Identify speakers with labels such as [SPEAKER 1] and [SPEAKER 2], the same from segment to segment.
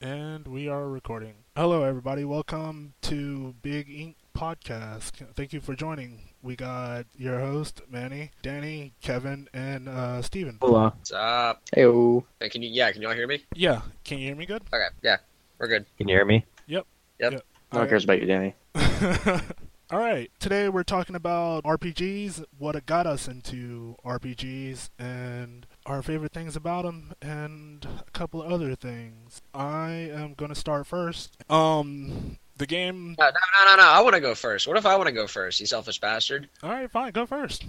[SPEAKER 1] And we are recording. Hello, everybody. Welcome to Big Ink Podcast. Thank you for joining. We got your host, Manny, Danny, Kevin, and uh, Steven.
[SPEAKER 2] Hola.
[SPEAKER 3] What's up?
[SPEAKER 2] Heyo.
[SPEAKER 3] Hey, Can you? Yeah, can y'all hear me?
[SPEAKER 1] Yeah, can you hear me good?
[SPEAKER 3] Okay. Yeah, we're good.
[SPEAKER 2] Can you hear me? No one
[SPEAKER 1] Alright.
[SPEAKER 2] cares about you, Danny.
[SPEAKER 1] All right. Today we're talking about RPGs, what got us into RPGs, and our favorite things about them, and a couple of other things. I am gonna start first. Um, the game.
[SPEAKER 3] No, no, no, no. no. I want to go first. What if I want to go first? You selfish bastard.
[SPEAKER 1] All right, fine, go first.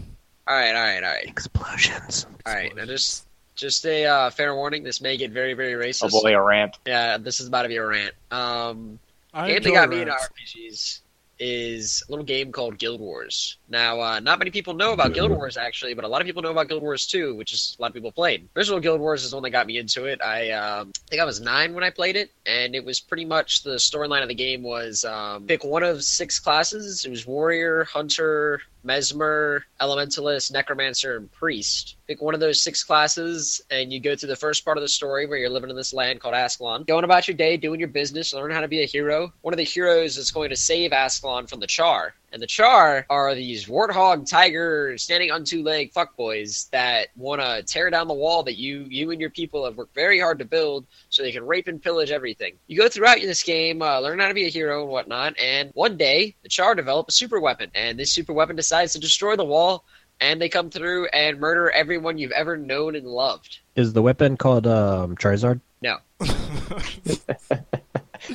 [SPEAKER 3] All right, all right, all right,
[SPEAKER 2] Explosions.
[SPEAKER 3] all right. Now just, just a uh, fair warning. This may get very, very
[SPEAKER 2] Oh
[SPEAKER 3] racist.
[SPEAKER 2] boy, a rant.
[SPEAKER 3] Yeah, this is about to be a rant. Um,
[SPEAKER 1] I
[SPEAKER 3] game that
[SPEAKER 1] enjoy
[SPEAKER 3] got me into
[SPEAKER 1] rants.
[SPEAKER 3] RPGs is a little game called Guild Wars. Now, uh, not many people know about Guild Wars actually, but a lot of people know about Guild Wars 2, which is a lot of people played. Original Guild Wars is the one that got me into it. I um, think I was nine when I played it, and it was pretty much the storyline of the game was um, pick one of six classes. It was warrior, hunter, mesmer, elementalist, necromancer, and priest. Pick one of those six classes, and you go through the first part of the story where you're living in this land called Ascalon, going about your day, doing your business, learn how to be a hero. One of the heroes is going to save Ascalon from the Char. And the Char are these warthog, tiger, standing on two leg fuckboys that want to tear down the wall that you, you and your people have worked very hard to build so they can rape and pillage everything. You go throughout this game, uh, learn how to be a hero and whatnot, and one day the Char develop a super weapon, and this super weapon decides to destroy the wall, and they come through and murder everyone you've ever known and loved.
[SPEAKER 4] Is the weapon called um, Charizard?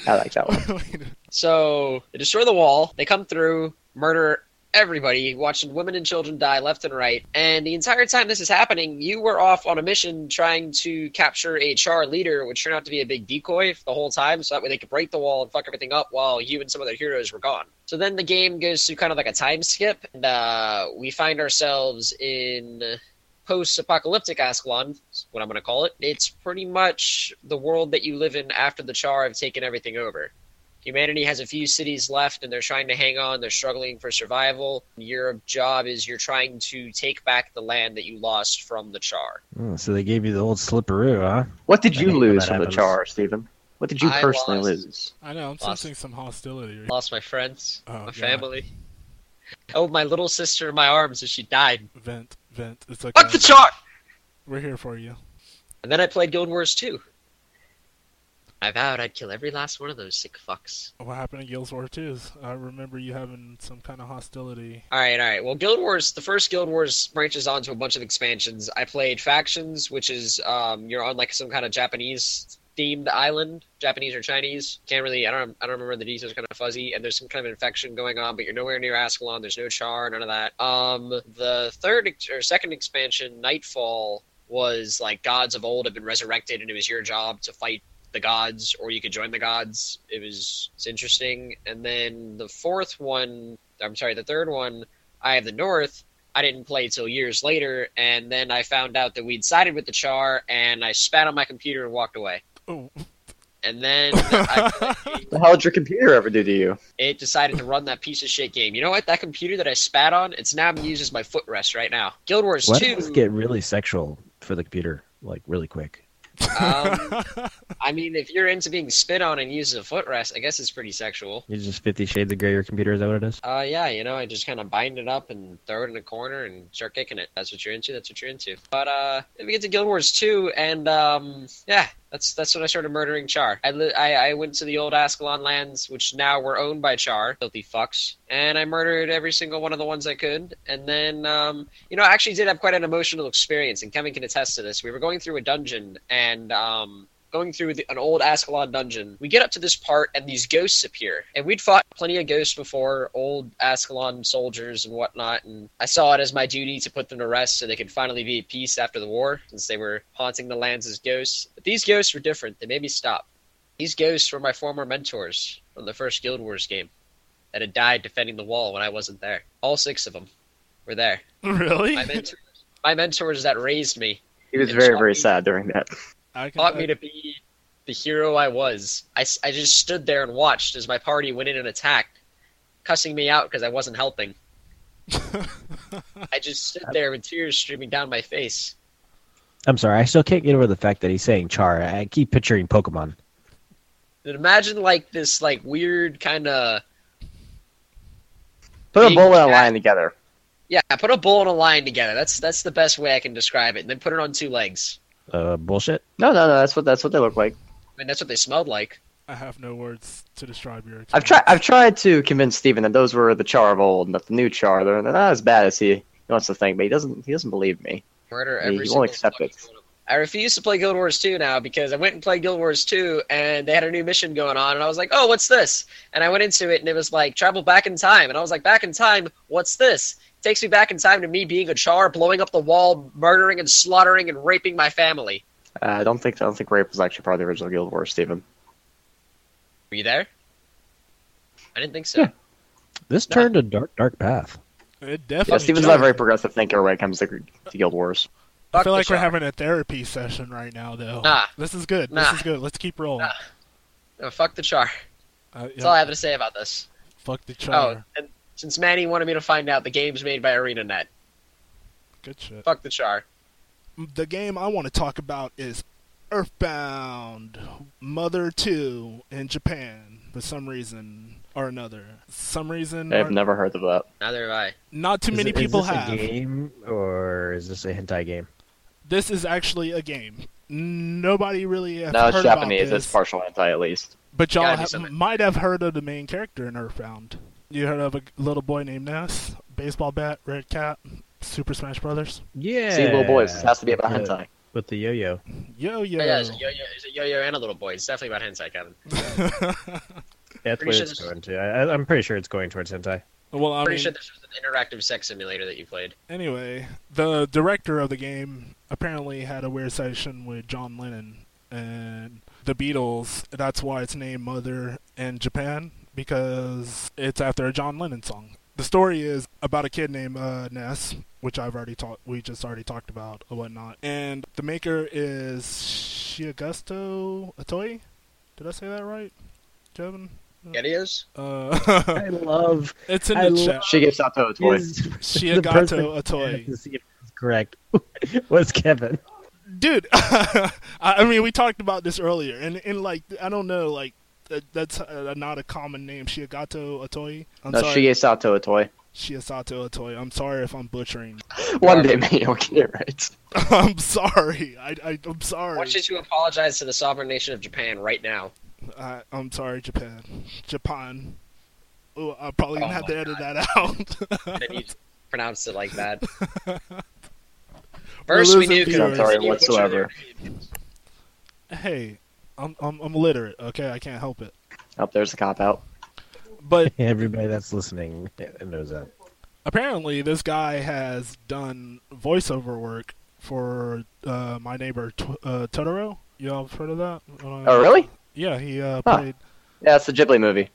[SPEAKER 2] I like that one.
[SPEAKER 3] So they destroy the wall, they come through, murder everybody, watching women and children die left and right. And the entire time this is happening, you were off on a mission trying to capture a Char leader, which turned out to be a big decoy the whole time, so that way they could break the wall and fuck everything up while you and some other heroes were gone. So then the game goes through kind of like a time skip, and uh, we find ourselves in post-apocalyptic Ascalon, is what I'm going to call it. It's pretty much the world that you live in after the Char have taken everything over. Humanity has a few cities left and they're trying to hang on. They're struggling for survival. Your job is you're trying to take back the land that you lost from the Char.
[SPEAKER 4] Mm, so they gave you the old slipperoo, huh?
[SPEAKER 2] What did
[SPEAKER 4] I
[SPEAKER 2] you
[SPEAKER 4] hate when
[SPEAKER 2] lose
[SPEAKER 4] that
[SPEAKER 2] from the
[SPEAKER 4] happens.
[SPEAKER 2] char, Stephen? What did you
[SPEAKER 3] I
[SPEAKER 2] personally
[SPEAKER 3] lost.
[SPEAKER 2] lose?
[SPEAKER 1] I know. I'm sensing some hostility.
[SPEAKER 3] Lost my friends,
[SPEAKER 1] Oh,
[SPEAKER 3] my
[SPEAKER 1] God.
[SPEAKER 3] family. Oh, my little sister in my arms as she died.
[SPEAKER 1] Vent, vent. It's okay.
[SPEAKER 3] Fuck the Char!
[SPEAKER 1] We're here for you.
[SPEAKER 3] And then I played Guild Wars 2. I vowed I'd kill every last one of those sick fucks.
[SPEAKER 1] What happened in Guild Wars 2? I remember you having some kind of hostility.
[SPEAKER 3] All right, all right. Well, Guild Wars, the first Guild Wars branches onto a bunch of expansions. I played Factions, which is um, you're on like some kind of Japanese themed island, Japanese or Chinese. Can't really, I don't, I don't remember the details. Kind of fuzzy. And there's some kind of infection going on, but you're nowhere near Ascalon. There's no Char, none of that. Um, the third ex- or second expansion, Nightfall, was like gods of old have been resurrected, and it was your job to fight the gods or you could join the gods it was it's interesting and then the fourth one i'm sorry the third one eye of the north i didn't play till years later and then i found out that we'd sided with the char and i spat on my computer and walked away
[SPEAKER 1] Oh,
[SPEAKER 3] and then I,
[SPEAKER 2] The hell did your computer ever do to you?
[SPEAKER 3] it decided to run that piece of shit game you know what that computer that i spat on it's now being used as my footrest right now guild wars
[SPEAKER 4] Why did
[SPEAKER 3] 2
[SPEAKER 4] this get really sexual for the computer, like really quick?
[SPEAKER 3] um, i mean if you're into being spit on and used as a footrest i guess it's pretty sexual
[SPEAKER 4] It's just Fifty Shades of Grey your computer, is that what it is?
[SPEAKER 3] Uh, yeah, you know, I just kind of bind it up and throw it in a corner and start kicking it. That's what you're into. That's what you're into. But uh, then we get to Guild Wars 2, and um, yeah, that's that's when I started murdering Char. I, li- I I went to the old Ascalon lands, which now were owned by Char, filthy fucks, and I murdered every single one of the ones I could. And then um, you know, I actually did have quite an emotional experience, and Kevin can attest to this. We were going through a dungeon, and um, going through the, an old Ascalon dungeon. We get up to this part, and these ghosts appear. And we'd fought plenty of ghosts before, old Ascalon soldiers and whatnot. And I saw it as my duty to put them to rest so they could finally be at peace after the war, since they were haunting the lands as ghosts. But these ghosts were different. They made me stop. These ghosts were my former mentors from the first Guild Wars game that had died defending the wall when I wasn't there. All six of them were there.
[SPEAKER 1] really?
[SPEAKER 3] My mentors, my mentors that raised me
[SPEAKER 2] He was
[SPEAKER 3] It
[SPEAKER 2] very,
[SPEAKER 3] shot
[SPEAKER 2] very
[SPEAKER 3] me.
[SPEAKER 2] sad during that.
[SPEAKER 1] I can,
[SPEAKER 3] taught me to be the hero I was. I, s- I just stood there and watched as my party went in and attacked, cussing me out because I wasn't helping. I just stood there with tears streaming down my face.
[SPEAKER 4] I'm sorry, I still can't get over the fact that he's saying Char. I keep picturing Pokemon.
[SPEAKER 3] Then imagine like this like weird kind of
[SPEAKER 2] Put a
[SPEAKER 3] Big
[SPEAKER 2] bowl and a
[SPEAKER 3] cat.
[SPEAKER 2] line together.
[SPEAKER 3] yeah. Put a bull and a lion together. That's that's the best way I can describe it. And then put it on two legs.
[SPEAKER 4] Uh, bullshit.
[SPEAKER 2] No, no, no. That's what that's what they look like.
[SPEAKER 3] I mean, that's what they smelled like.
[SPEAKER 1] I have no words to describe your. Experience.
[SPEAKER 2] I've tried. I've tried to convince Steven that those were the char of old, not the new char. They're they're not as bad as he, he wants to think, but he doesn't. He doesn't believe me.
[SPEAKER 3] Murder
[SPEAKER 2] Yeah,
[SPEAKER 3] every
[SPEAKER 2] you
[SPEAKER 3] single
[SPEAKER 2] won't accept
[SPEAKER 3] fucking
[SPEAKER 2] it.
[SPEAKER 3] one of them. I refuse to play Guild Wars 2 now because I went and played Guild Wars 2 and they had a new mission going on and I was like, "Oh, what's this?" And I went into it and it was like travel back in time and I was like, "Back in time? What's this?" takes me back in time to me being a char, blowing up the wall, murdering and slaughtering and raping my family.
[SPEAKER 2] Uh, I don't think. I don't think rape was actually part of the original Guild Wars, Steven.
[SPEAKER 3] Were you there? I didn't think so.
[SPEAKER 2] Yeah.
[SPEAKER 4] This turned a dark, dark path.
[SPEAKER 1] It
[SPEAKER 2] Yeah,
[SPEAKER 1] definitely.
[SPEAKER 2] Steven's
[SPEAKER 1] does.
[SPEAKER 2] not a very progressive thinker when it comes to, to Guild Wars.
[SPEAKER 1] I
[SPEAKER 3] Fuck
[SPEAKER 1] feel
[SPEAKER 3] the
[SPEAKER 1] like we're
[SPEAKER 3] char.
[SPEAKER 1] having a therapy session right now, though.
[SPEAKER 3] Nah.
[SPEAKER 1] This is good. This
[SPEAKER 3] Nah.
[SPEAKER 1] is good. Let's keep rolling.
[SPEAKER 3] Nah. Oh, fuck the char.
[SPEAKER 1] Uh, yep.
[SPEAKER 3] That's all I have to say about this.
[SPEAKER 1] Fuck the char.
[SPEAKER 3] Oh, and since Manny wanted me to find out the game's made by ArenaNet,
[SPEAKER 1] Good shit.
[SPEAKER 3] fuck the char.
[SPEAKER 1] The game I want to talk about is Earthbound Mother 2 in Japan for some reason or another. Some reason or-
[SPEAKER 2] I've never heard of that.
[SPEAKER 3] Neither have I.
[SPEAKER 1] not too
[SPEAKER 4] Is
[SPEAKER 1] many
[SPEAKER 4] it-
[SPEAKER 1] people
[SPEAKER 4] is this
[SPEAKER 1] have.
[SPEAKER 4] A game or is this a hentai game?
[SPEAKER 1] This is actually a game. Nobody really has
[SPEAKER 2] No,
[SPEAKER 1] heard
[SPEAKER 2] it's Japanese.
[SPEAKER 1] about
[SPEAKER 2] It's
[SPEAKER 1] this,
[SPEAKER 2] partial anti, at least.
[SPEAKER 1] but y'all
[SPEAKER 3] Gotta be
[SPEAKER 1] ha-
[SPEAKER 3] something.
[SPEAKER 1] might have heard of the main character in Earthbound. You heard of a little boy named Ness, baseball bat, red cap, Super Smash Brothers.
[SPEAKER 4] Yeah.
[SPEAKER 2] See, little boys. This has to be about
[SPEAKER 4] With the-
[SPEAKER 2] hentai.
[SPEAKER 4] With the yo-yo.
[SPEAKER 1] Yo yo.
[SPEAKER 3] Yeah, Oh, yeah it's a yo-yo, it's a yo-yo and a little boy. It's definitely about hentai, Kevin.
[SPEAKER 4] That's
[SPEAKER 3] Pretty
[SPEAKER 4] what
[SPEAKER 3] sure
[SPEAKER 4] it's
[SPEAKER 3] this-
[SPEAKER 4] going to. I, I- I'm pretty sure it's going towards hentai.
[SPEAKER 1] well, I
[SPEAKER 3] I'm pretty
[SPEAKER 1] mean,
[SPEAKER 3] sure this was an interactive sex simulator that you played.
[SPEAKER 1] Anyway, the director of the game apparently had a weird session with John Lennon and the Beatles. That's why it's named Mother in Japan because it's after a John Lennon song. The story is about a kid named uh, Ness, which I've already talked. We just already talked about and whatnot. And the maker is Shigegusto Atoi. Did I say that right, Kevin?
[SPEAKER 3] It is.
[SPEAKER 1] Uh,
[SPEAKER 4] I love
[SPEAKER 1] it's in
[SPEAKER 4] I
[SPEAKER 1] the
[SPEAKER 4] love-
[SPEAKER 1] chat.
[SPEAKER 2] She gets out to a toy.
[SPEAKER 1] Shiagato person Atoi. has
[SPEAKER 4] To see if it's correct was Kevin.
[SPEAKER 1] dude I, I mean we talked about this earlier and, and like i don't know like that, that's uh, not a common name shiagato atoi i'm
[SPEAKER 2] No, she
[SPEAKER 1] sorry
[SPEAKER 2] gets out to a toy.
[SPEAKER 1] shiasato atoi i'm sorry if i'm butchering
[SPEAKER 2] One day, man, you'll get it right.
[SPEAKER 1] i'm sorry i, I i'm
[SPEAKER 3] I
[SPEAKER 1] sorry
[SPEAKER 3] want you to apologize to the sovereign nation of Japan right now.
[SPEAKER 1] I, i'm sorry japan japan Ooh, i'm probably gonna
[SPEAKER 3] Oh
[SPEAKER 1] have to
[SPEAKER 3] my
[SPEAKER 1] edit that out
[SPEAKER 3] That you pronounced it like that. First, we
[SPEAKER 1] losing
[SPEAKER 3] knew.
[SPEAKER 1] viewers.
[SPEAKER 2] I'm sorry
[SPEAKER 3] you butchered their
[SPEAKER 2] whatsoever.
[SPEAKER 3] names.
[SPEAKER 1] hey I'm, I'm i'm illiterate okay i can't help it
[SPEAKER 2] Oh, there's a cop out.
[SPEAKER 1] but
[SPEAKER 4] Everybody that's listening knows that.
[SPEAKER 1] apparently this guy has done voiceover work for uh, my neighbor T- uh, Totoro. Y'all have heard of that? Uh,
[SPEAKER 2] Oh, really?
[SPEAKER 1] Yeah, he uh,
[SPEAKER 2] Huh.
[SPEAKER 1] played.
[SPEAKER 2] Yeah, it's a Ghibli movie.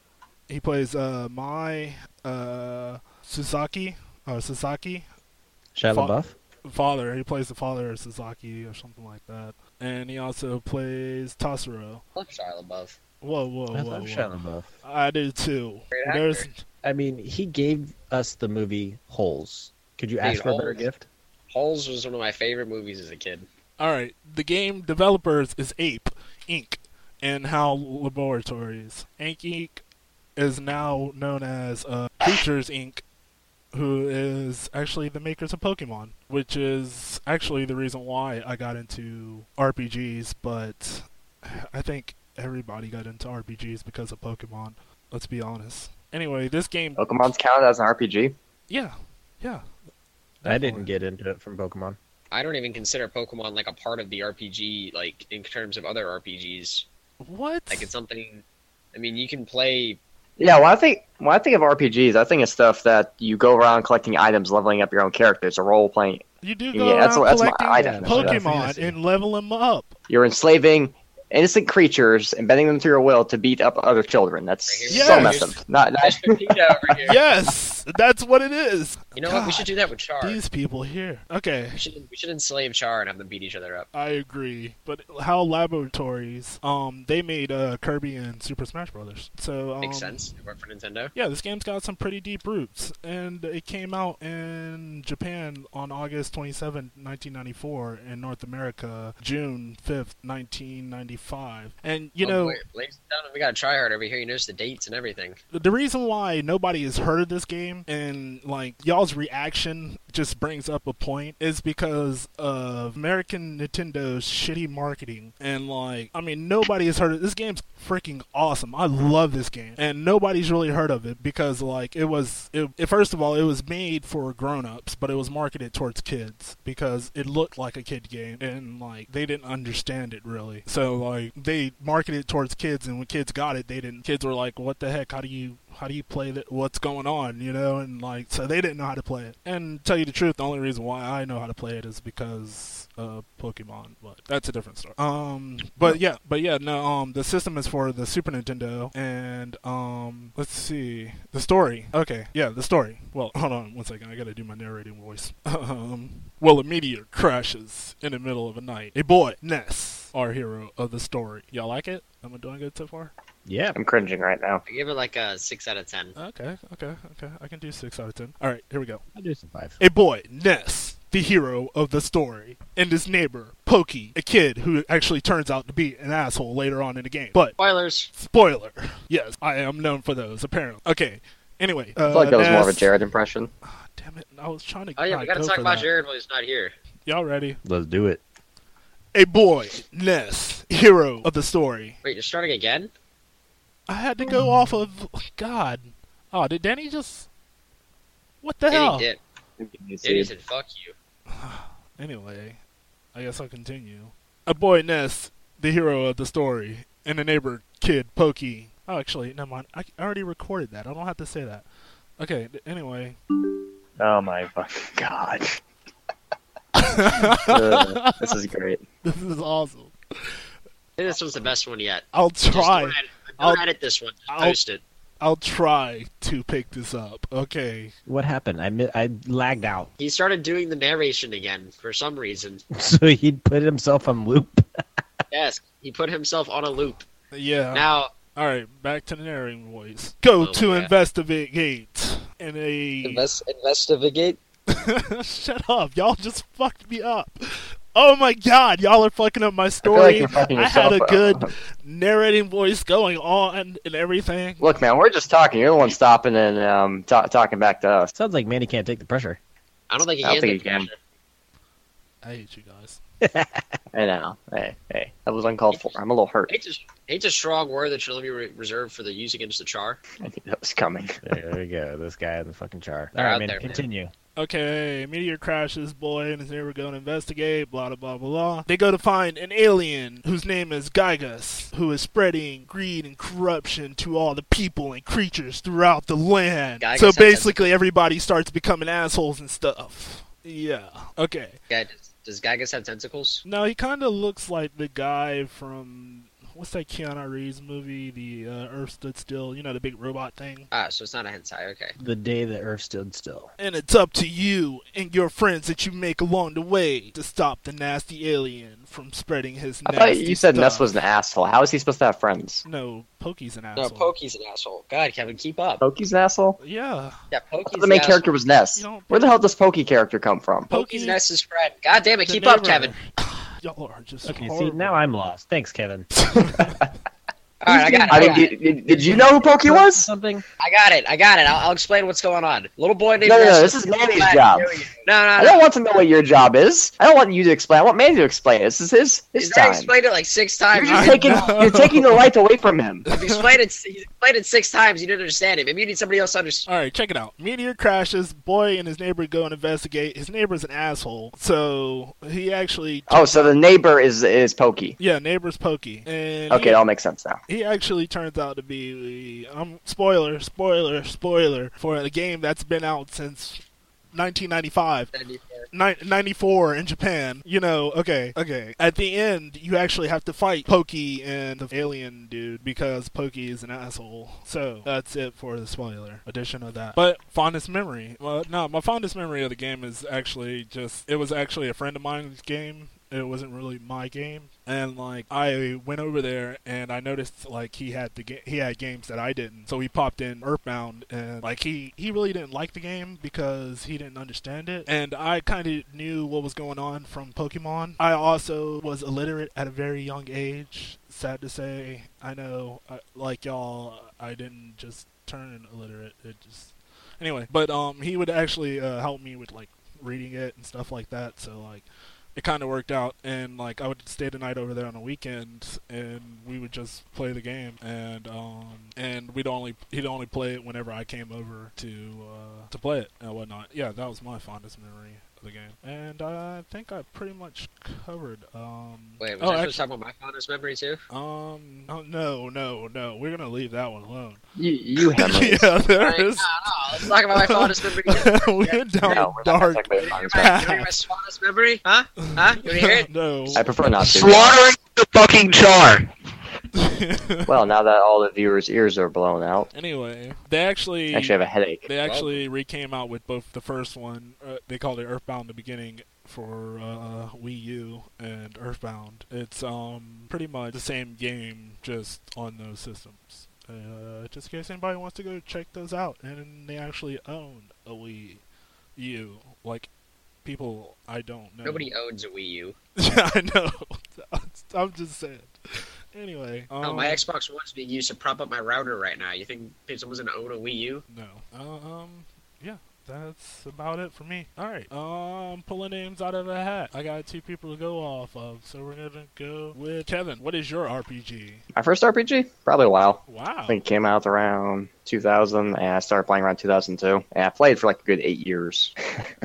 [SPEAKER 1] He plays uh, Mai uh, Suzaki or Sasaki
[SPEAKER 4] Shia
[SPEAKER 1] Fuck.
[SPEAKER 4] LaBeouf?
[SPEAKER 1] father. He plays the father of Sasaki or something like that. And he also plays Tasuro.
[SPEAKER 3] I love Shia LaBeouf.
[SPEAKER 1] Whoa, whoa,
[SPEAKER 4] I
[SPEAKER 1] whoa!
[SPEAKER 4] love
[SPEAKER 1] whoa.
[SPEAKER 4] Shia LaBeouf.
[SPEAKER 1] I do too.
[SPEAKER 3] Great actor.
[SPEAKER 1] There's
[SPEAKER 4] I mean, he gave us the movie Holes. Could you ask
[SPEAKER 3] Dude,
[SPEAKER 4] for a better
[SPEAKER 3] Holes.
[SPEAKER 4] gift?
[SPEAKER 3] Holes was one of my favorite movies as a kid.
[SPEAKER 1] All right, the game developers is Ape Inc. and HAL Laboratories. Ape Inc. is now known as uh, Creatures Inc., who is actually the makers of Pokemon, which is actually the reason why I got into RPGs. But I think everybody got into RPGs because of Pokemon. Let's be honest. Anyway, this game,
[SPEAKER 2] Pokemon's counted as an RPG.
[SPEAKER 1] yeah, yeah.
[SPEAKER 4] I didn't
[SPEAKER 1] Definitely.
[SPEAKER 4] get into it from Pokemon.
[SPEAKER 3] I don't even consider Pokemon like a part of the RPG, like in terms of other RPGs.
[SPEAKER 1] What?
[SPEAKER 3] Like it's something. I mean, you can play.
[SPEAKER 2] Yeah, when I think when I think of RPGs, I think of stuff that you go around collecting items, leveling up your own characters, or role playing.
[SPEAKER 1] you do go
[SPEAKER 2] yeah, that's
[SPEAKER 1] around
[SPEAKER 2] what- that's what
[SPEAKER 1] collecting
[SPEAKER 2] I definitely-
[SPEAKER 4] that's what I
[SPEAKER 1] Pokemon
[SPEAKER 4] see.
[SPEAKER 1] and level them up.
[SPEAKER 2] You're enslaving innocent creatures and bending them to your will to beat up other children. That's
[SPEAKER 3] Right
[SPEAKER 1] here.
[SPEAKER 2] so
[SPEAKER 1] Yes.
[SPEAKER 2] messed up. Not, not
[SPEAKER 3] Ash Pepita over here.
[SPEAKER 1] yes, that's what it is.
[SPEAKER 3] You know what? We should do that with Char.
[SPEAKER 1] These people here. Okay.
[SPEAKER 3] We should we should enslave Char and have them beat each other up.
[SPEAKER 1] I agree, but how laboratories? Um, they made uh, Kirby and Super Smash Brothers, so um,
[SPEAKER 3] Makes sense. It worked for Nintendo.
[SPEAKER 1] Yeah, this game's got some pretty deep roots, and it came out in Japan on August 27, 1994, and North America June 5th, 1995. And you
[SPEAKER 3] Oh,
[SPEAKER 1] know,
[SPEAKER 3] boy, ladies and gentlemen, we got a tryhard over here. He knows the dates and everything.
[SPEAKER 1] the reason why nobody has heard of this game and like y'all's reaction just brings up a point is because of American Nintendo's shitty marketing and like I mean nobody has heard of this game's freaking awesome. I love this game and nobody's really heard of it because like it was it, it first of all it was made for grown-ups but it was marketed towards kids because it looked like a kid game and like they didn't understand it really. So like they marketed it towards kids and when kids got it they didn't kids were like what the heck how do you how do you play that what's going on you know and like so they didn't know how to play it and tell you the truth the only reason why i know how to play it is because of pokemon but that's a different story um but yeah but yeah no um the system is for the super nintendo and um let's see the story okay yeah the story well hold on one second i gotta do my narrating voice um well a meteor crashes in the middle of the night a boy ness our hero of the story y'all like it am i doing good so far
[SPEAKER 4] Yeah.
[SPEAKER 2] I'm cringing right now.
[SPEAKER 3] I give it like a six out of ten.
[SPEAKER 1] Okay, okay, okay. I can do six out of ten. All right, here we go.
[SPEAKER 4] I'll do some five.
[SPEAKER 1] A boy, Ness, the hero of the story, and his neighbor, Pokey, a kid who actually turns out to be an asshole later on in the game. But
[SPEAKER 3] Spoilers.
[SPEAKER 1] spoiler, yes, I am known for those apparently. Okay. Anyway, uh,
[SPEAKER 2] I feel like that was more of a
[SPEAKER 1] Ness-
[SPEAKER 2] Jared impression.
[SPEAKER 1] Ah, damn it! I was trying to.
[SPEAKER 3] Oh yeah,
[SPEAKER 1] not
[SPEAKER 3] we gotta
[SPEAKER 1] go
[SPEAKER 3] talk
[SPEAKER 1] for
[SPEAKER 3] about
[SPEAKER 1] that.
[SPEAKER 3] Jared while he's not here.
[SPEAKER 1] Y'all ready?
[SPEAKER 4] Let's do it.
[SPEAKER 1] A boy, Ness, hero of the story.
[SPEAKER 3] Wait, you're starting again?
[SPEAKER 1] I had to go off of God. Oh, did Danny just? What the
[SPEAKER 3] Yeah,
[SPEAKER 1] hell?
[SPEAKER 3] he did. Dude, he said, "Fuck you."
[SPEAKER 1] Anyway, I guess I'll continue. A boy, Ness, the hero of the story, and a neighbor, kid, Pokey. Oh, actually, never mind. I I already recorded that. I don't have to say that. Okay, th- anyway.
[SPEAKER 2] Oh my fucking god. Uh, this is great.
[SPEAKER 1] This is awesome.
[SPEAKER 3] I think this one's the best one yet.
[SPEAKER 1] I'll
[SPEAKER 3] Just
[SPEAKER 1] try.
[SPEAKER 3] don't edit-
[SPEAKER 1] I'll-
[SPEAKER 3] Don't edit this one. Just
[SPEAKER 1] I'll-
[SPEAKER 3] post it.
[SPEAKER 1] I'll try to pick this up. Okay.
[SPEAKER 4] What happened? I mi- I lagged out,
[SPEAKER 3] He started doing the narration again for some reason.
[SPEAKER 4] so he'd put himself on loop.
[SPEAKER 3] yes, he put himself on a loop.
[SPEAKER 1] Yeah.
[SPEAKER 3] Now,
[SPEAKER 1] All right, back to the narrating voice. Go
[SPEAKER 3] Oh,
[SPEAKER 1] to
[SPEAKER 3] yeah.
[SPEAKER 1] investigate. And a
[SPEAKER 3] invest, investigate.
[SPEAKER 1] shut up. Y'all just fucked me up. Oh my god, y'all are fucking up my
[SPEAKER 2] I feel like
[SPEAKER 1] story.
[SPEAKER 2] you're fucking
[SPEAKER 1] I had
[SPEAKER 2] yourself
[SPEAKER 1] a
[SPEAKER 2] up.
[SPEAKER 1] good narrating voice going on and everything.
[SPEAKER 2] Look, man, we're just talking. You're the one stopping and um, ta- talking back to us.
[SPEAKER 4] Sounds like Manny can't take the pressure.
[SPEAKER 3] I don't think he
[SPEAKER 2] I
[SPEAKER 3] can.
[SPEAKER 2] don't
[SPEAKER 3] take
[SPEAKER 2] think he can.
[SPEAKER 3] pressure.
[SPEAKER 1] I hate you guys.
[SPEAKER 2] I know. Hey, hey, that was uncalled for. I'm a little hurt.
[SPEAKER 3] Hate's a, hate's a strong word that should only be re- reserved for the use against the char.
[SPEAKER 2] I think that was coming.
[SPEAKER 4] There we go. This guy in the fucking char.
[SPEAKER 3] They're
[SPEAKER 4] All right,
[SPEAKER 3] out
[SPEAKER 4] Manny,
[SPEAKER 3] there, man.
[SPEAKER 4] continue.
[SPEAKER 1] Okay, meteor crashes, boy, and his neighbor go and investigate, blah, blah, blah, blah, blah. They go to find an alien whose name is Gygas, who is spreading greed and corruption to all the people and creatures throughout the land.
[SPEAKER 3] Gygas
[SPEAKER 1] so
[SPEAKER 3] has-
[SPEAKER 1] basically, everybody starts becoming assholes and stuff. Yeah. Okay.
[SPEAKER 3] Guy, does, does Gygas have tentacles?
[SPEAKER 1] No, he kind of looks like the guy from what's that Keanu Reeves movie, the uh, Earth Stood Still. You know, the big robot thing.
[SPEAKER 3] Ah, so it's not a hentai. Okay.
[SPEAKER 4] The day the Earth stood still.
[SPEAKER 1] And it's up to you and your friends that you make along the way to stop the nasty alien from spreading his.
[SPEAKER 2] I thought
[SPEAKER 1] nasty
[SPEAKER 2] you said Ness
[SPEAKER 1] stuff.
[SPEAKER 2] was an asshole. How is he supposed to have friends?
[SPEAKER 1] No, Pokey's an
[SPEAKER 3] No,
[SPEAKER 1] asshole.
[SPEAKER 3] Pokey's an asshole. God, Kevin, keep up.
[SPEAKER 2] Pokey's an asshole?
[SPEAKER 1] Yeah,
[SPEAKER 3] Yeah,
[SPEAKER 2] I thought
[SPEAKER 3] Pokey's
[SPEAKER 2] the main
[SPEAKER 3] an
[SPEAKER 2] character was Ness.
[SPEAKER 1] You don't-
[SPEAKER 2] Where the hell does Pokey character come from?
[SPEAKER 3] asshole.
[SPEAKER 1] Pokey-
[SPEAKER 3] Pokey's Ness's friend. God damn it,
[SPEAKER 1] the
[SPEAKER 3] keep up,
[SPEAKER 1] neighbor.
[SPEAKER 3] Kevin.
[SPEAKER 1] Y'all are just
[SPEAKER 4] Okay,
[SPEAKER 1] horrible.
[SPEAKER 4] see, now I'm lost. Thanks, Kevin.
[SPEAKER 3] All right, I got it.
[SPEAKER 2] I
[SPEAKER 3] I
[SPEAKER 2] mean,
[SPEAKER 3] got it.
[SPEAKER 2] did, did, did you know who Pokey was?
[SPEAKER 4] Something?
[SPEAKER 3] I got it. I got it. I'll, I'll explain what's going on. Little boy named
[SPEAKER 2] No, no,
[SPEAKER 3] Ness
[SPEAKER 2] no,
[SPEAKER 3] was-
[SPEAKER 2] this is Manny's
[SPEAKER 3] Glad to
[SPEAKER 2] job.
[SPEAKER 3] know you. No, no,
[SPEAKER 2] I
[SPEAKER 3] no.
[SPEAKER 2] don't want to know what your job is. I don't want you to explain. I want Manny to explain. This is his his
[SPEAKER 3] He's already
[SPEAKER 2] time.
[SPEAKER 3] explained it like six
[SPEAKER 2] You're
[SPEAKER 3] times.
[SPEAKER 2] just
[SPEAKER 1] I
[SPEAKER 2] taking
[SPEAKER 1] know.
[SPEAKER 2] you're taking the light away from him.
[SPEAKER 3] He's explained it. He's explained it six times. You didn't understand it. Maybe you need somebody else to understand.
[SPEAKER 1] All right, check it out. Meteor crashes. Boy and his neighbor go and investigate. His neighbor's an asshole, so he actually.
[SPEAKER 2] Oh, so the neighbor is is Pokey.
[SPEAKER 1] Yeah, neighbor's Pokey. And
[SPEAKER 2] Okay,
[SPEAKER 1] he-
[SPEAKER 2] that all makes sense now.
[SPEAKER 1] he actually turns out to be um spoiler spoiler spoiler for a game that's been out since 1995.
[SPEAKER 3] And you- uh,
[SPEAKER 1] Nin- 94 in Japan. You know, okay, okay. At the end, you actually have to fight Pokey and the alien dude because Pokey is an asshole. So that's it for the spoiler edition of that. But fondest memory. Well, no, my fondest memory of the game is actually just it was actually a friend of mine's game. It wasn't really my game, and like I went over there and I noticed like he had the ga- he had games that I didn't, so we popped in Earthbound and like he he really didn't like the game because he didn't understand it, and I kind of knew what was going on from Pokemon. I also was illiterate at a very young age. Sad to say, I know I, like y'all, I didn't just turn illiterate. It just anyway, but um he would actually uh, help me with like reading it and stuff like that. So like it kind of worked out and like i would stay the night over there on the weekend and we would just play the game and um and we'd only he'd only play it whenever i came over to uh to play it and whatnot yeah that was my fondest memory of the game and i think i pretty much covered um
[SPEAKER 3] Wait, was
[SPEAKER 1] oh,
[SPEAKER 3] I
[SPEAKER 1] act-
[SPEAKER 3] supposed to talk about my fondest memory too?
[SPEAKER 1] um oh, no no no we're gonna leave that one alone
[SPEAKER 2] You, you have memories.
[SPEAKER 1] yeah
[SPEAKER 3] Like,
[SPEAKER 1] there
[SPEAKER 3] no,
[SPEAKER 1] is
[SPEAKER 3] no, let's talk about my fondest memory. too.
[SPEAKER 1] we're down
[SPEAKER 2] No, we're not gonna
[SPEAKER 1] dark
[SPEAKER 2] talk about your
[SPEAKER 3] You
[SPEAKER 2] fondest memories.
[SPEAKER 3] wanna hear my fondest memory? Huh? Huh? You wanna hear it?
[SPEAKER 1] no
[SPEAKER 2] I prefer not to.
[SPEAKER 5] Slaughtering the fucking char.
[SPEAKER 2] Well, now that all the viewers' ears are blown out,
[SPEAKER 1] anyway they
[SPEAKER 2] I actually have a headache.
[SPEAKER 1] They actually recame out with both the first one. Uh, they called it Earthbound: The Beginning for uh, Wii U and Earthbound. It's um pretty much the same game, just on those systems. Uh, just in case anybody wants to go check those out, and they actually own a Wii U. Like people I don't know.
[SPEAKER 3] Nobody owns a Wii U.
[SPEAKER 1] yeah, I know. I'm just saying. Anyway, um,
[SPEAKER 3] Oh, my Xbox One's being used to prop up my router right now. You think someone's gonna own a Wii U?
[SPEAKER 1] No. Um. Yeah. That's about it for me. All right. Um, pulling names out of a hat. I got two people to go off of, so we're gonna go with Kevin. What is your RPG?
[SPEAKER 2] My first RPG? Probably a while. I
[SPEAKER 1] Wow.
[SPEAKER 2] think it came out around 2000, and I started playing around 2002. And I played for like a good eight years.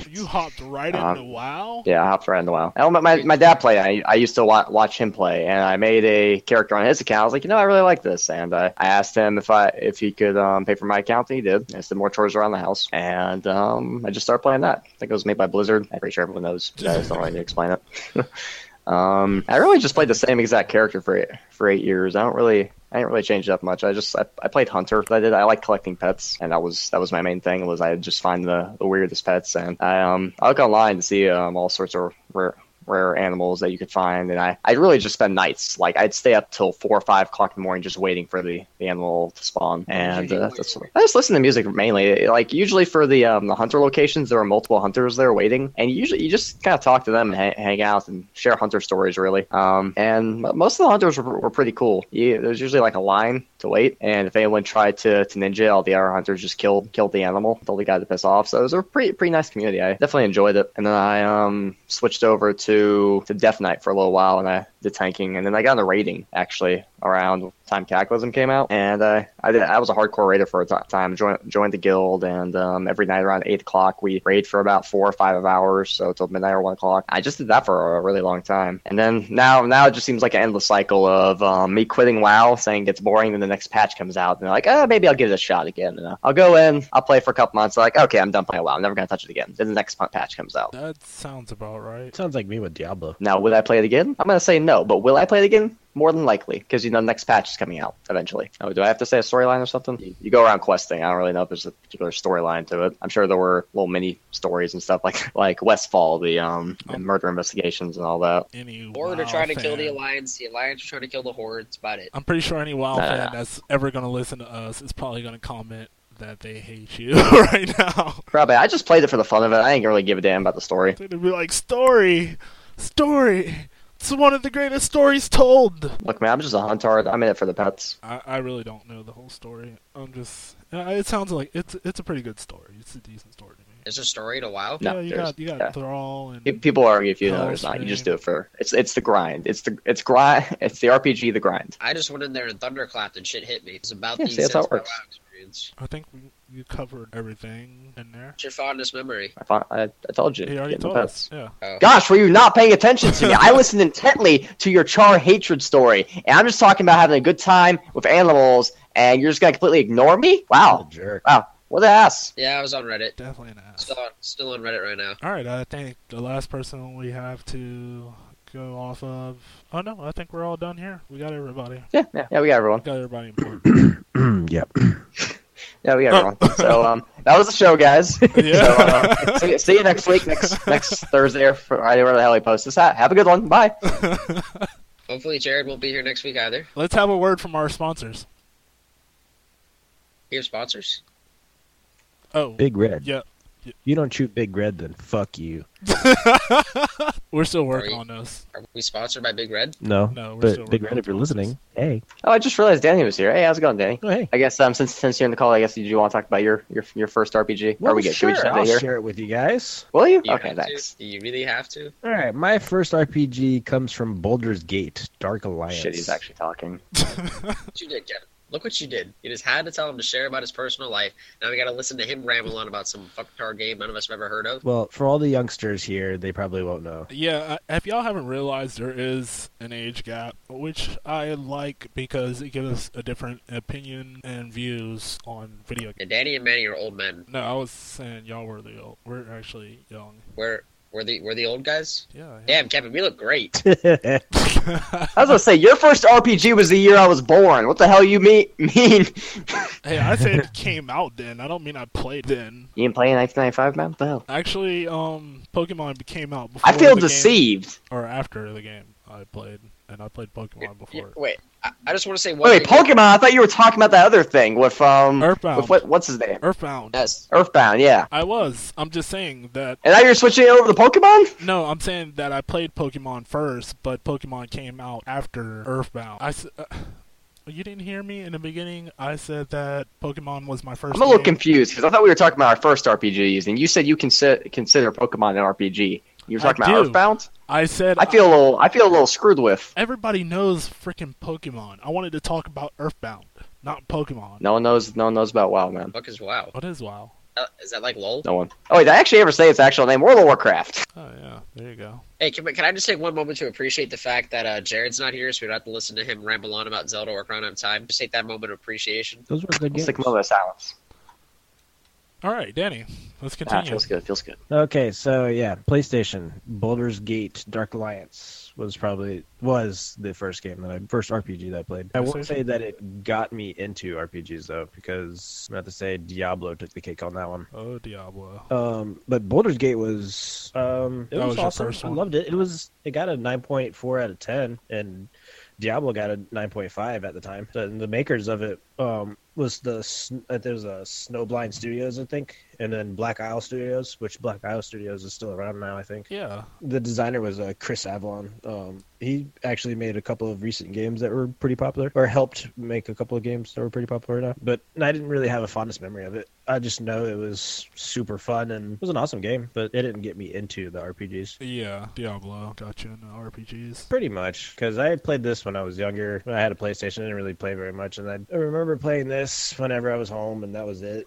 [SPEAKER 1] You hopped right
[SPEAKER 2] Um,
[SPEAKER 1] into WoW.
[SPEAKER 2] yeah, I hopped around a while. I don't, my, my dad played. I, I used to wa- watch him play, and I made a character on his account. I was like, you know, I really like this, and uh, I asked him if I if he could um, pay for my account, and he did. I just did more chores around the house, and um, I just started playing that. I think it was made by Blizzard. I'm pretty sure everyone knows. I just don't really need to explain it. Um, I really just played the same exact character for eight, for eight years. I don't really, I didn't really change it up much. I just, I, I played hunter. I did, I like collecting pets, and that was that was my main thing. Was I just find the, the weirdest pets, and I um I look online to see um all sorts of rare rare animals that you could find, and I I really just spend nights. Like I'd stay up till four or five o'clock in the morning just waiting for the, the animal to spawn, and uh, that's I just listen to music mainly. Like usually for the um, the hunter locations, there are multiple hunters there waiting, and usually you just kind of talk to them and hang, hang out and share hunter stories, really. Um, and m- most of the hunters were, were pretty cool. You, there's usually like a line to wait, and if anyone tried to, to ninja, all the other hunters just killed killed the animal, told the guy to piss off. So it was a pretty pretty nice community. I definitely enjoyed it. And then I um switched over to to Death Knight for a little while, and I did tanking, and then I got into raiding actually around the time Cataclysm came out, and uh, I did. I was a hardcore raider for a t- time. Joined joined the guild, and um, every night around eight o'clock we raid for about four or five hours, so till midnight or one o'clock. I just did that for a really long time, and then now now it just seems like an endless cycle of um, me quitting WoW, saying it's boring, then the next patch comes out, and I'm like, oh, maybe I'll give it a shot again. And uh, I'll go in, I'll play for a couple months, like, okay, I'm done playing WoW, I'm never gonna touch it again. Then the next p- patch comes out.
[SPEAKER 1] That sounds about right.
[SPEAKER 4] Sounds like me with Diablo.
[SPEAKER 2] Now, will I play it again? I'm gonna say no, but will I play it again? More than likely, because you know the next patch is coming out eventually. Oh, do I have to say a storyline or something? You, you go around questing. I don't really know if there's a particular storyline to it. I'm sure there were little mini stories and stuff like like Westfall, the um
[SPEAKER 1] Oh.
[SPEAKER 2] and murder investigations and all that.
[SPEAKER 1] Any
[SPEAKER 3] Horde
[SPEAKER 1] WoW
[SPEAKER 3] are trying to kill the
[SPEAKER 1] fan-
[SPEAKER 3] Alliance. The Alliance are trying to kill the Horde. That's about it.
[SPEAKER 1] I'm pretty sure any WoW
[SPEAKER 2] Nah.
[SPEAKER 1] fan that's ever gonna listen to us is probably gonna comment that they hate you right now.
[SPEAKER 2] Probably. I just played it for the fun of it. I ain't really give a damn about the story.
[SPEAKER 1] They're gonna be like, story, story. It's one of the greatest stories told.
[SPEAKER 2] Look, man, I'm just a hunter. I'm in it for the pets.
[SPEAKER 1] I, I really don't know the whole story. I'm just. uh, It sounds like it's it's a pretty good story. It's a decent story to me.
[SPEAKER 3] There's a story to WoW.
[SPEAKER 2] No,
[SPEAKER 1] yeah, you
[SPEAKER 2] there's-
[SPEAKER 1] got you got
[SPEAKER 2] yeah.
[SPEAKER 1] Thrall and
[SPEAKER 2] Pe- People argue if you know
[SPEAKER 1] Oh,
[SPEAKER 2] there's not. You
[SPEAKER 1] same.
[SPEAKER 2] just do it for it's it's the grind. It's the it's grind. It's the RPG. The grind.
[SPEAKER 3] I just went in there and thunderclapped and shit hit me. It's about
[SPEAKER 2] Yeah,
[SPEAKER 3] the
[SPEAKER 2] see, that's how it
[SPEAKER 3] Sense of
[SPEAKER 2] works.
[SPEAKER 3] WoW experience.
[SPEAKER 1] I think we, you covered everything in there.
[SPEAKER 3] What's your fondest memory?
[SPEAKER 2] I, fi- I, I told you.
[SPEAKER 1] He already
[SPEAKER 2] getting the
[SPEAKER 1] told
[SPEAKER 2] pets.
[SPEAKER 1] us. Yeah.
[SPEAKER 3] Oh.
[SPEAKER 2] Gosh, were you not paying attention to me? I listened intently to your char hatred story, and I'm just talking about having a good time with animals, and you're just gonna completely ignore me?
[SPEAKER 4] What
[SPEAKER 2] Wow,
[SPEAKER 4] a jerk.
[SPEAKER 2] wow, What the ass?
[SPEAKER 3] Yeah, I was on Reddit.
[SPEAKER 1] Definitely an ass.
[SPEAKER 3] Still on, still on Reddit right now.
[SPEAKER 1] All right, I think the last person we have to go off of. Oh no, I think we're all done here. We got everybody.
[SPEAKER 2] Yeah, yeah, yeah. We got everyone.
[SPEAKER 1] We got everybody important.
[SPEAKER 4] yep.
[SPEAKER 2] Yeah, we got everyone. so um, that was the show, guys. so,
[SPEAKER 1] yeah.
[SPEAKER 2] uh, see, see you next week, next next Thursday or Friday, wherever the hell he posts this. Ha- Have a good one. Bye.
[SPEAKER 3] Hopefully, Jared won't be here next week either.
[SPEAKER 1] Let's have a word from our sponsors.
[SPEAKER 3] We have sponsors.
[SPEAKER 1] Oh,
[SPEAKER 4] Big Red.
[SPEAKER 1] yeah.
[SPEAKER 4] You don't shoot Big Red, then fuck you.
[SPEAKER 1] We're still working on this.
[SPEAKER 3] Are we sponsored by Big Red?
[SPEAKER 4] No.
[SPEAKER 1] No, we're still
[SPEAKER 4] but Big
[SPEAKER 1] working
[SPEAKER 4] Red, if
[SPEAKER 1] on
[SPEAKER 4] you're listening, hey,
[SPEAKER 2] Oh, I just realized Danny was here. Hey, how's it going, Danny?
[SPEAKER 4] oh, hey.
[SPEAKER 2] I guess um, since since you're in the call, I guess did you want to talk about your your, your first RPG?
[SPEAKER 4] Well,
[SPEAKER 2] or we get should we
[SPEAKER 4] sure,
[SPEAKER 2] just end
[SPEAKER 4] I'll
[SPEAKER 2] it here?
[SPEAKER 4] share it with you guys.
[SPEAKER 2] Will you?
[SPEAKER 3] Do you
[SPEAKER 2] okay,
[SPEAKER 3] have to?
[SPEAKER 2] thanks.
[SPEAKER 3] Do you really have to?
[SPEAKER 4] All right, my first RPG comes from Boulder's Gate, Dark Alliance.
[SPEAKER 2] Shit, he's actually talking.
[SPEAKER 3] What you did, Kevin? Look what you did. You just had to tell him to share about his personal life. Now we got to listen to him ramble on about some fucktard game none of us have ever heard of.
[SPEAKER 4] Well, for all the youngsters here, they probably won't know.
[SPEAKER 1] Yeah, I- if y'all haven't realized, there is an age gap, which I like because it gives us a different opinion and views on video games.
[SPEAKER 3] And Danny and Manny are old men.
[SPEAKER 1] No, I was saying y'all were the old. We're actually young.
[SPEAKER 3] We're we're the we're the old guys.
[SPEAKER 1] Yeah. yeah.
[SPEAKER 3] Damn, Kevin, we look great.
[SPEAKER 2] I was gonna say your first RPG was the year I was born. What the hell you mean? Mean?
[SPEAKER 1] hey, I said it came out then. I don't mean I played then.
[SPEAKER 2] You didn't play in 1995, man? What the hell?
[SPEAKER 1] Actually, um, Pokemon came out before.
[SPEAKER 2] I feel
[SPEAKER 1] the game-
[SPEAKER 2] deceived.
[SPEAKER 1] or after the game I played, and I played Pokemon
[SPEAKER 3] Yeah,
[SPEAKER 1] before.
[SPEAKER 3] Wait, I, I just want to say one
[SPEAKER 2] Wait, wait,
[SPEAKER 3] thing.
[SPEAKER 2] Pokemon. I thought you were talking about that other thing with um
[SPEAKER 1] Earthbound.
[SPEAKER 2] with what what's his name?
[SPEAKER 1] Earthbound.
[SPEAKER 3] Yes.
[SPEAKER 2] Earthbound. Yeah.
[SPEAKER 1] I was. I'm just saying that.
[SPEAKER 2] And now you're switching it over to Pokemon?
[SPEAKER 1] No, I'm saying that I played Pokemon first, but Pokemon came out after Earthbound. I. S- uh, you didn't hear me in the beginning. I said that Pokemon was my first.
[SPEAKER 2] I'm a little
[SPEAKER 1] game.
[SPEAKER 2] confused because I thought we were talking about our first RPGs, and you said you consi- consider Pokemon an RPG. You were
[SPEAKER 1] I
[SPEAKER 2] talking
[SPEAKER 1] do.
[SPEAKER 2] about Earthbound.
[SPEAKER 1] I said
[SPEAKER 2] I feel a little. I feel a little screwed with.
[SPEAKER 1] everybody knows freaking Pokemon. I wanted to talk about Earthbound, not Pokemon.
[SPEAKER 2] No one knows. No one knows about WoW, man.
[SPEAKER 3] Fuck is wow.
[SPEAKER 1] What is WoW?
[SPEAKER 3] Uh, is that like lol?
[SPEAKER 2] No one. Oh wait, did I actually ever say its actual name? World of Warcraft.
[SPEAKER 1] Oh yeah, there you go.
[SPEAKER 3] Hey, can, we- can I just take one moment to appreciate the fact that uh, Jared's not here, so we don't have to listen to him ramble on about Zelda or Crown of Time. Just take that moment of appreciation.
[SPEAKER 4] Those were good games.
[SPEAKER 2] Let's take a moment of silence.
[SPEAKER 1] All right, Danny, let's
[SPEAKER 2] Ah,
[SPEAKER 1] continue.
[SPEAKER 2] feels good. Feels good.
[SPEAKER 4] Okay, so yeah, PlayStation, Boulder's Gate, Dark Alliance was probably was the first game that I first RPG that I played. I won't say that it got me into RPGs though, because I'm not to say Diablo took the cake on that one.
[SPEAKER 1] oh Diablo.
[SPEAKER 4] Um, but Boulder's Gate was um, it
[SPEAKER 1] That
[SPEAKER 4] was,
[SPEAKER 1] was your
[SPEAKER 4] awesome.
[SPEAKER 1] first
[SPEAKER 4] I
[SPEAKER 1] one.
[SPEAKER 4] loved it. It was it got a nine point four out of ten, and Diablo got a nine point five at the time. The, the makers of it um, was the sn- uh, there's a Snowblind Studios, I think, and then Black Isle Studios, which Black Isle Studios is still around now, I think.
[SPEAKER 1] Yeah.
[SPEAKER 4] The designer was uh, Chris Avalon. Um, he actually made a couple of recent games that were pretty popular, or helped make a couple of games that were pretty popular now. But I didn't really have a fondest memory of it. I just know it was super fun and it was an awesome game, but it didn't get me into the RPGs.
[SPEAKER 1] Yeah, Diablo got you into RPGs.
[SPEAKER 4] Pretty much, because I played this when I was younger. When I had a PlayStation, I didn't really play very much, and I I remember playing this whenever I was home, and that was it.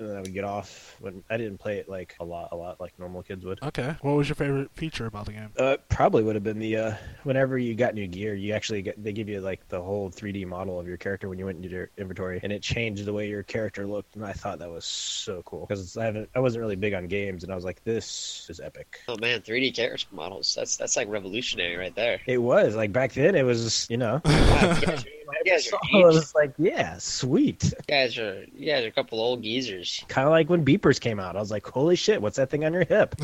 [SPEAKER 4] And then I would get off when I didn't play it like a lot, a lot like normal kids would.
[SPEAKER 1] Okay. What was your favorite feature about the game?
[SPEAKER 4] Uh, probably would have been the uh, whenever you got new gear, you actually get they give you like the whole 3D model of your character when you went into your inventory, and it changed the way your character looked, and I thought that was so cool because I haven't I wasn't really big on games, and I was like, this is epic.
[SPEAKER 3] Oh man, 3D character models. That's that's like revolutionary right there.
[SPEAKER 4] It was like back then, it was you know,
[SPEAKER 3] God, you guys are- you guys
[SPEAKER 4] I
[SPEAKER 3] are geeks.
[SPEAKER 4] was like, yeah, sweet,
[SPEAKER 3] You guys are you guys are a couple old geezers.
[SPEAKER 4] kind of like when beepers came out. I was like, holy shit, what's that thing on your hip?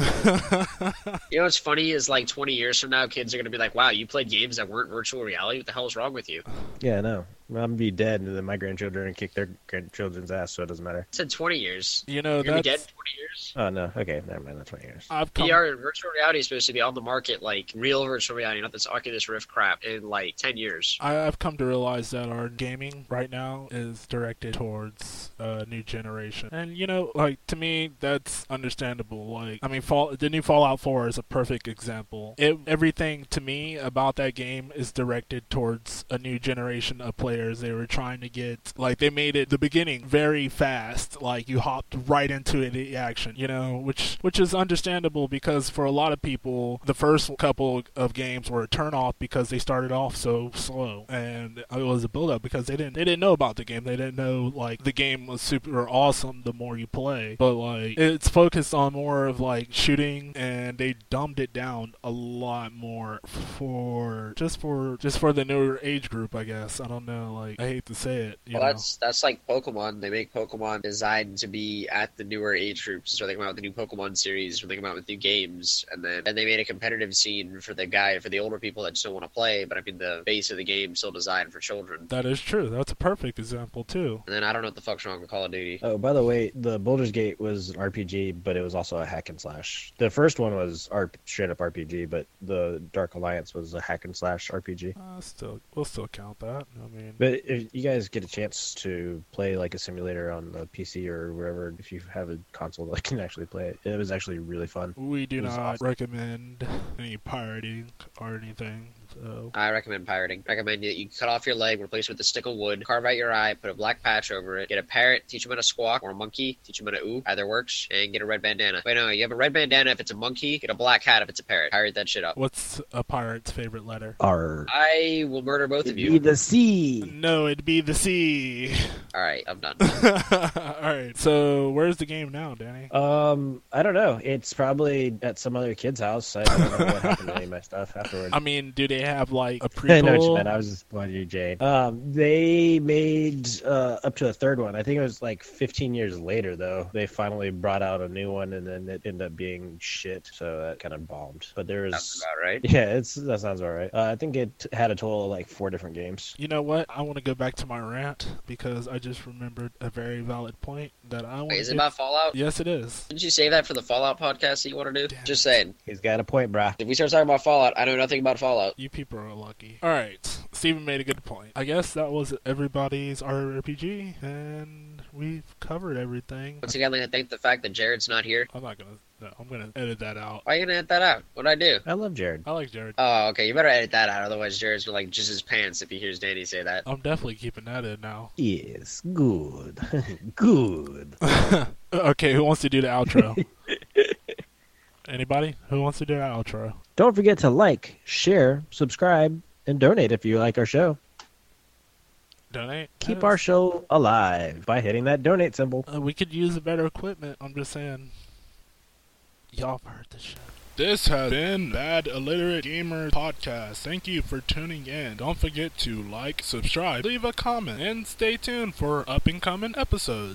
[SPEAKER 3] You know what's funny is like 20 years from now, kids are gonna be like, "Wow, you played games that weren't virtual reality. What the hell is wrong with you?" I
[SPEAKER 4] yeah, no, I'm gonna be dead, and then my grandchildren kick their grandchildren's ass, so it doesn't matter.
[SPEAKER 3] said 20 years.
[SPEAKER 1] You know,
[SPEAKER 3] You're gonna be dead in
[SPEAKER 1] that's
[SPEAKER 3] 20 years.
[SPEAKER 4] Oh no, okay, never mind, that's twenty years.
[SPEAKER 1] I've come.
[SPEAKER 3] VR and virtual reality is supposed to be on the market like real virtual reality, not this Oculus Rift crap, in like 10 years.
[SPEAKER 1] I, I've come to realize that our gaming right now is directed towards a new generation, and you know, like to me, that's understandable. Like, I mean, Fall, the new Fallout 4 is a perfect example. It, everything to me about that game is directed towards a new generation of players players. They were trying to get like they made it the beginning very fast. Like you hopped right into it, the action, you know, which which is understandable because for a lot of people, the first couple of games were a turnoff because they started off so slow, and it was a build up because they didn't they didn't know about the game. They didn't know like the game was super awesome the more you play, but like it's focused on more of like shooting, and they dumbed it down a lot more for just for just for the newer age group, I guess. I don't know, like I hate to say it, you
[SPEAKER 3] Well,
[SPEAKER 1] know.
[SPEAKER 3] that's that's like Pokemon. They make Pokemon designed to be at the newer age groups. So they come out with the new Pokemon series, when they come out with new games, and then and they made a competitive scene for the guy for the older people that still want to play. But I mean, the base of the game still designed for children.
[SPEAKER 1] That is true. That's a perfect example too.
[SPEAKER 3] And then I don't know what the fuck's wrong with Call of Duty.
[SPEAKER 4] Oh, by the way, the Boulder's Gate was an RPG, but it was also a hack and slash. The first one was R- straight up RPG, but the Dark Alliance was a hack and slash RPG.
[SPEAKER 1] Uh, still, we'll still count that. I mean,
[SPEAKER 4] But if you guys get a chance to play like a simulator on the PC or wherever, if you have a console that can actually play it, it was actually really fun.
[SPEAKER 1] we do
[SPEAKER 4] It was
[SPEAKER 1] not
[SPEAKER 4] awesome.
[SPEAKER 1] recommend any pirating or anything. So
[SPEAKER 3] I recommend pirating. Recommend that you cut off your leg, replace it with a stick of wood, carve out your eye, put a black patch over it, get a parrot, teach him how to squawk, or a monkey, teach him how to oo, either works, and get a red bandana. Wait, no, you have a red bandana if it's a monkey, get a black hat if it's a parrot. Pirate that shit up.
[SPEAKER 1] what's a pirate's favorite letter?
[SPEAKER 4] R. E
[SPEAKER 3] I will murder both of you.
[SPEAKER 4] the C.
[SPEAKER 1] No, it'd be the C.
[SPEAKER 3] All right, I'm done.
[SPEAKER 1] All right. So where's the game now, Danny?
[SPEAKER 4] Um, I don't know. It's probably at some other kid's house. I don't know what happened to any of my stuff afterwards.
[SPEAKER 1] I mean, do they have like a
[SPEAKER 4] I know what you meant.
[SPEAKER 1] prequel?
[SPEAKER 4] I was just pointing at you, Jane. Um, they made uh, up to a third one. I think it was like 15 years later, though. They finally brought out a new one, and then it ended up being shit. So that kind of bombed. But there
[SPEAKER 3] That's
[SPEAKER 4] was.
[SPEAKER 3] about right.
[SPEAKER 4] Yeah, it's that sounds about right. Uh, I think it had a total of like four different games.
[SPEAKER 1] You know what? I want to go back to my rant because I just remembered a very valid point that I want.
[SPEAKER 3] Wait, is it about Fallout?
[SPEAKER 1] Yes, it is.
[SPEAKER 3] Didn't you save that for the Fallout podcast that you want to do?
[SPEAKER 1] Damn
[SPEAKER 3] Just
[SPEAKER 1] it.
[SPEAKER 3] saying.
[SPEAKER 4] He's got a point, brah.
[SPEAKER 3] If we start talking about Fallout, I know nothing about Fallout.
[SPEAKER 1] You people are lucky. All right, Steven made a good point. I guess that was everybody's RPG, and we've covered everything.
[SPEAKER 3] Once again, I'd like to thank the fact that Jared's not here.
[SPEAKER 1] I'm not gonna. No, I'm gonna edit that out.
[SPEAKER 3] Why are you gonna edit that out? What'd I do?
[SPEAKER 4] I love Jared.
[SPEAKER 1] I like Jared.
[SPEAKER 3] Oh, okay. You better edit that out, otherwise Jared's gonna like jizz his pants if he hears Danny say that.
[SPEAKER 1] I'm definitely keeping that in now.
[SPEAKER 4] Yes, good, good.
[SPEAKER 1] okay, who wants to do the outro? Anybody? Who wants to do the outro?
[SPEAKER 4] Don't forget to like, share, subscribe, and donate if you like our show.
[SPEAKER 1] Donate.
[SPEAKER 4] Keep
[SPEAKER 1] Yes.
[SPEAKER 4] our show alive by hitting that donate symbol.
[SPEAKER 1] Uh, we could use better equipment. I'm just saying. Y'all heard this shit. This has been Bad Illiterate Gamer Podcast. Thank you for tuning in. Don't forget to like, subscribe, leave a comment, and stay tuned for up and coming episodes.